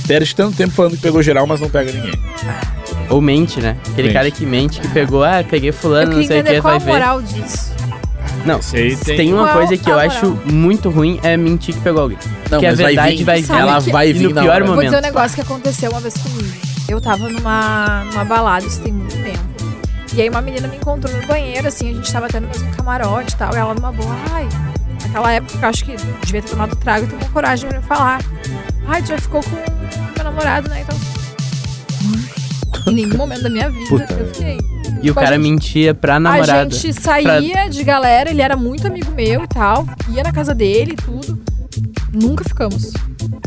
Perde tanto tempo falando que pegou geral, mas não pega ninguém. Ou mente, né? Aquele Mente. cara que mente, que pegou, ah, peguei eu fulano, não queria sei o que, entender qual vai ver. a moral disso. Não, Esse aí tem, um tem- uma Qual coisa que a eu moral? acho muito ruim, é mentir que pegou alguém. Não, que a mas vai verdade vir. vai vir. Sabe Ela que- vai E vir no na pior hora. Vou dizer um momento. negócio que aconteceu uma vez comigo. Eu tava numa, numa balada, isso tem muito tempo. E aí uma menina me encontrou no banheiro, assim, a gente tava até no mesmo camarote e tal. E ela numa boa, ai, naquela época que eu acho que devia ter tomado trago e tomou coragem pra me falar. Ai, tu já ficou com meu namorado, né? Então. Em nenhum momento da minha vida Puta eu fiquei. E o Tipo, a cara gente- mentia pra namorada. A gente saía de galera, ele era muito amigo meu e tal. Ia na casa dele e tudo. Nunca ficamos.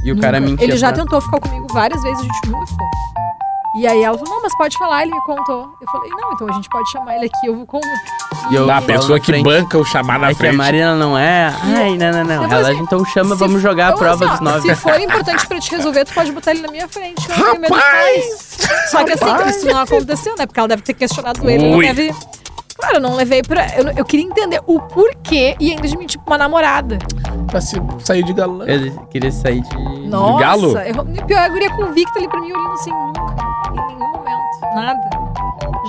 E o cara Nunca. mentia. Ele já pra- tentou ficar comigo várias vezes, a gente nunca ficou. E aí ela falou, não, mas pode falar, ele me contou. Eu falei, não, então a gente pode chamar ele aqui, eu vou com... E eu Da falo pessoa na que frente. banca o chamar na É que a frente. Marina não é. Ai, não, não, não. Eu Ela falei assim, então chama, se- vamos jogar a Então, prova assim, dos ó, nove. Se for importante pra te resolver, tu pode botar ele na minha frente. Eu não tenho medo de falar Rapaz! isso. Só que assim, isso não aconteceu, né? Porque ela deve ter questionado ele, Ui. ele deve... Claro, eu não levei pra. Eu, eu queria entender o porquê e ainda de mim, tipo, uma namorada. Pra se sair de galã. Ele queria sair de. Nossa, galo? Eu, pior, a guria convicta ali pra mim olhando assim, nunca, em nenhum momento, nada.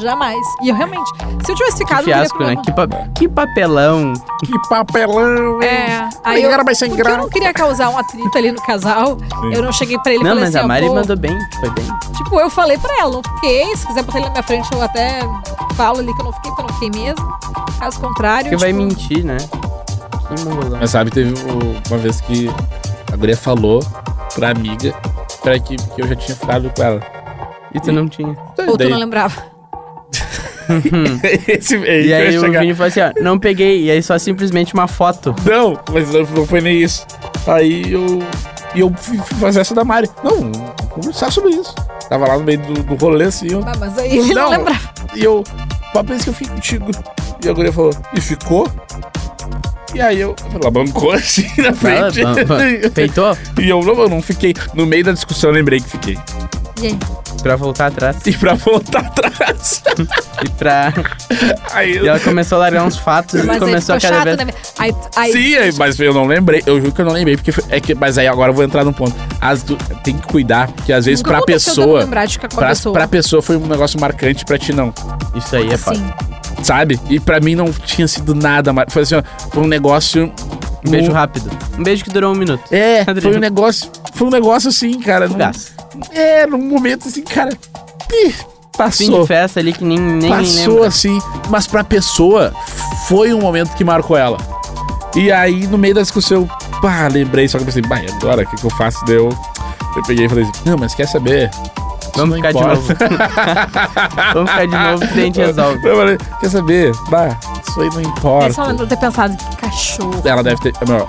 Jamais. E eu realmente, se eu tivesse ficado, Que fiasco, eu né? teria problema. Que, pa- que papelão. Que papelão, hein? É, aí Aí eu, cara vai sem porque eu graça. não queria causar um atrito ali no casal, eu não cheguei pra ele e não, falei mas assim, a ó, Mari pô, mandou bem. Foi bem. Tipo, eu falei pra ela, não fiquei, se quiser botar ele na minha frente, eu até falo ali que eu não fiquei, que eu não fiquei mesmo. Caso contrário, Porque vai tipo, mentir, né? Que mongolão. Mas sabe, teve o- uma vez que a guria falou pra amiga pra que, que eu já tinha ficado com ela. E tu não tinha. ou tu Daí- não lembrava. Esse, é E que eu aí ia o chegar. Vini falou assim, ó, não peguei. E aí só simplesmente uma foto. Não, mas não, não foi nem isso. Aí eu. E eu fui fui fazer essa da Mari. Não, conversar sobre isso. Tava lá no meio do, do rolê assim, eu, Ah, mas aí ele não, Não. lembrava. e eu. Papo é esse que eu fico contigo. E a guria falou, e ficou? E aí eu. Ela bancou assim na Ela, frente. pam, pam, Peitou e eu não, eu não fiquei. No meio da discussão eu lembrei que fiquei. E aí? pra voltar atrás. E pra voltar atrás. E, pra... Aí eu. e ela começou a largar uns fatos e Mas aí começou ficou a cada chato, vez... né? Aí, aí, Sim, aí- mas eu não lembrei. Eu juro que eu não lembrei, porque foi- é que, mas aí agora eu vou entrar num ponto. As du- tem que cuidar, porque às vezes nunca pra aconteceu de eu não pessoa, Lembrar de ficar com a pra, pessoa. é pra pessoa foi um negócio marcante, pra ti não, Isso aí é fácil. Sim. sabe? E pra mim não tinha sido nada, mar- foi assim, ó, foi um negócio Um beijo mu- rápido. Um beijo que durou um minuto. É, foi Adriano. um negócio, foi um negócio assim, cara, num, Gás. é, num momento assim, cara, ih, Fim passou. de festa ali que nem, nem passou lembra. assim, mas pra pessoa foi um momento que marcou ela. E aí, no meio da discussão, eu, pá, lembrei, só que eu pensei, bah, e agora o que, que eu faço? Deu. Eu peguei e falei assim, não, mas quer saber? Isso Vamos não ficar de importa. novo. Vamos ficar de novo que daí a gente resolve. Eu falei, quer saber? Bah, isso aí não Nesse momento importa. É eu ter pensado, que cachorro. Ela deve ter. meu,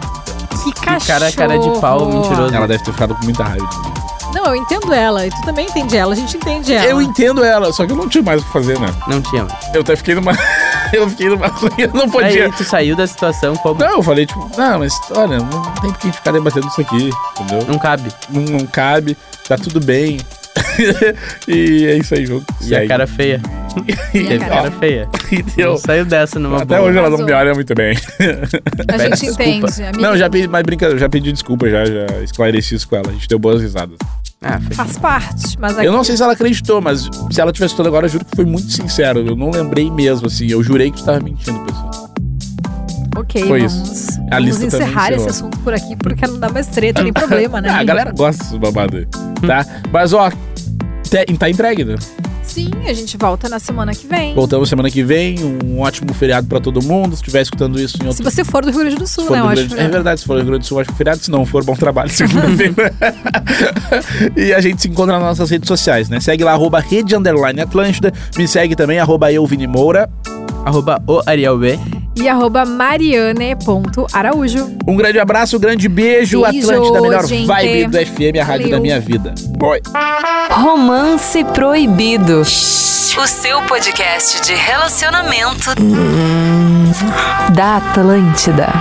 Que cachorro. cara- cara de pau, mentiroso. Ela deve ter ficado com muita raiva. de mim. Não, eu entendo ela. E tu também entende ela. A gente entende É. ela. Eu entendo ela, só que eu não tinha mais o que fazer, né? Não tinha. mano. Eu até fiquei numa. eu fiquei numa. Eu não podia. Aí tu saiu da situação como Não, eu falei, tipo, não, mas olha, não tem que ficar debatendo isso aqui, entendeu? não cabe. não, não cabe, tá tudo bem. e é isso aí, jogo. E a cara feia. E a Teve cara- cara feia. Não saiu dessa numa Até boa. hoje ela não me Arrasou. olha muito bem. A gente Desculpa. entende. Amiga, Não, já pedi, mas brincadeira, eu já pedi desculpa, já, já esclareci isso com ela. A gente deu boas risadas. Ah, foi. Faz parte. Mas aqui, Eu não sei se ela acreditou, mas se ela tivesse todo agora, eu juro que foi muito sincero. Eu não lembrei mesmo, assim. Eu jurei que tu tava mentindo, pessoal. Ok, Foi vamos, isso. A vamos lista também encerrar esse encerrou. assunto por aqui, porque não dá mais treta, nem problema, né? Ah, a galera gosta desses babados aí, tá? Mas, ó, te- tá entregue, né? Sim, a gente volta na semana que vem. Voltamos semana que vem. Um ótimo feriado pra todo mundo. Se estiver escutando isso em outro Se você for do Rio Grande do Sul, Se for né? do Eu Rio acho Grande- É verdade, se for do Rio Grande do Sul, acho que feriado. Se não for, bom trabalho segunda-feira. e a gente se encontra nas nossas redes sociais, né? Segue lá, arroba rede underline Atlântida. Me segue também, arroba eu, Vini Moura. Arroba o Ariel B. é E arroba mariane.araújo. Um grande abraço, um grande beijo. Beijo, Atlântida, a melhor gente. vibe do FM, a rádio Valeu. da minha vida. Boy. Romance Proibido. O seu podcast de relacionamento da Atlântida.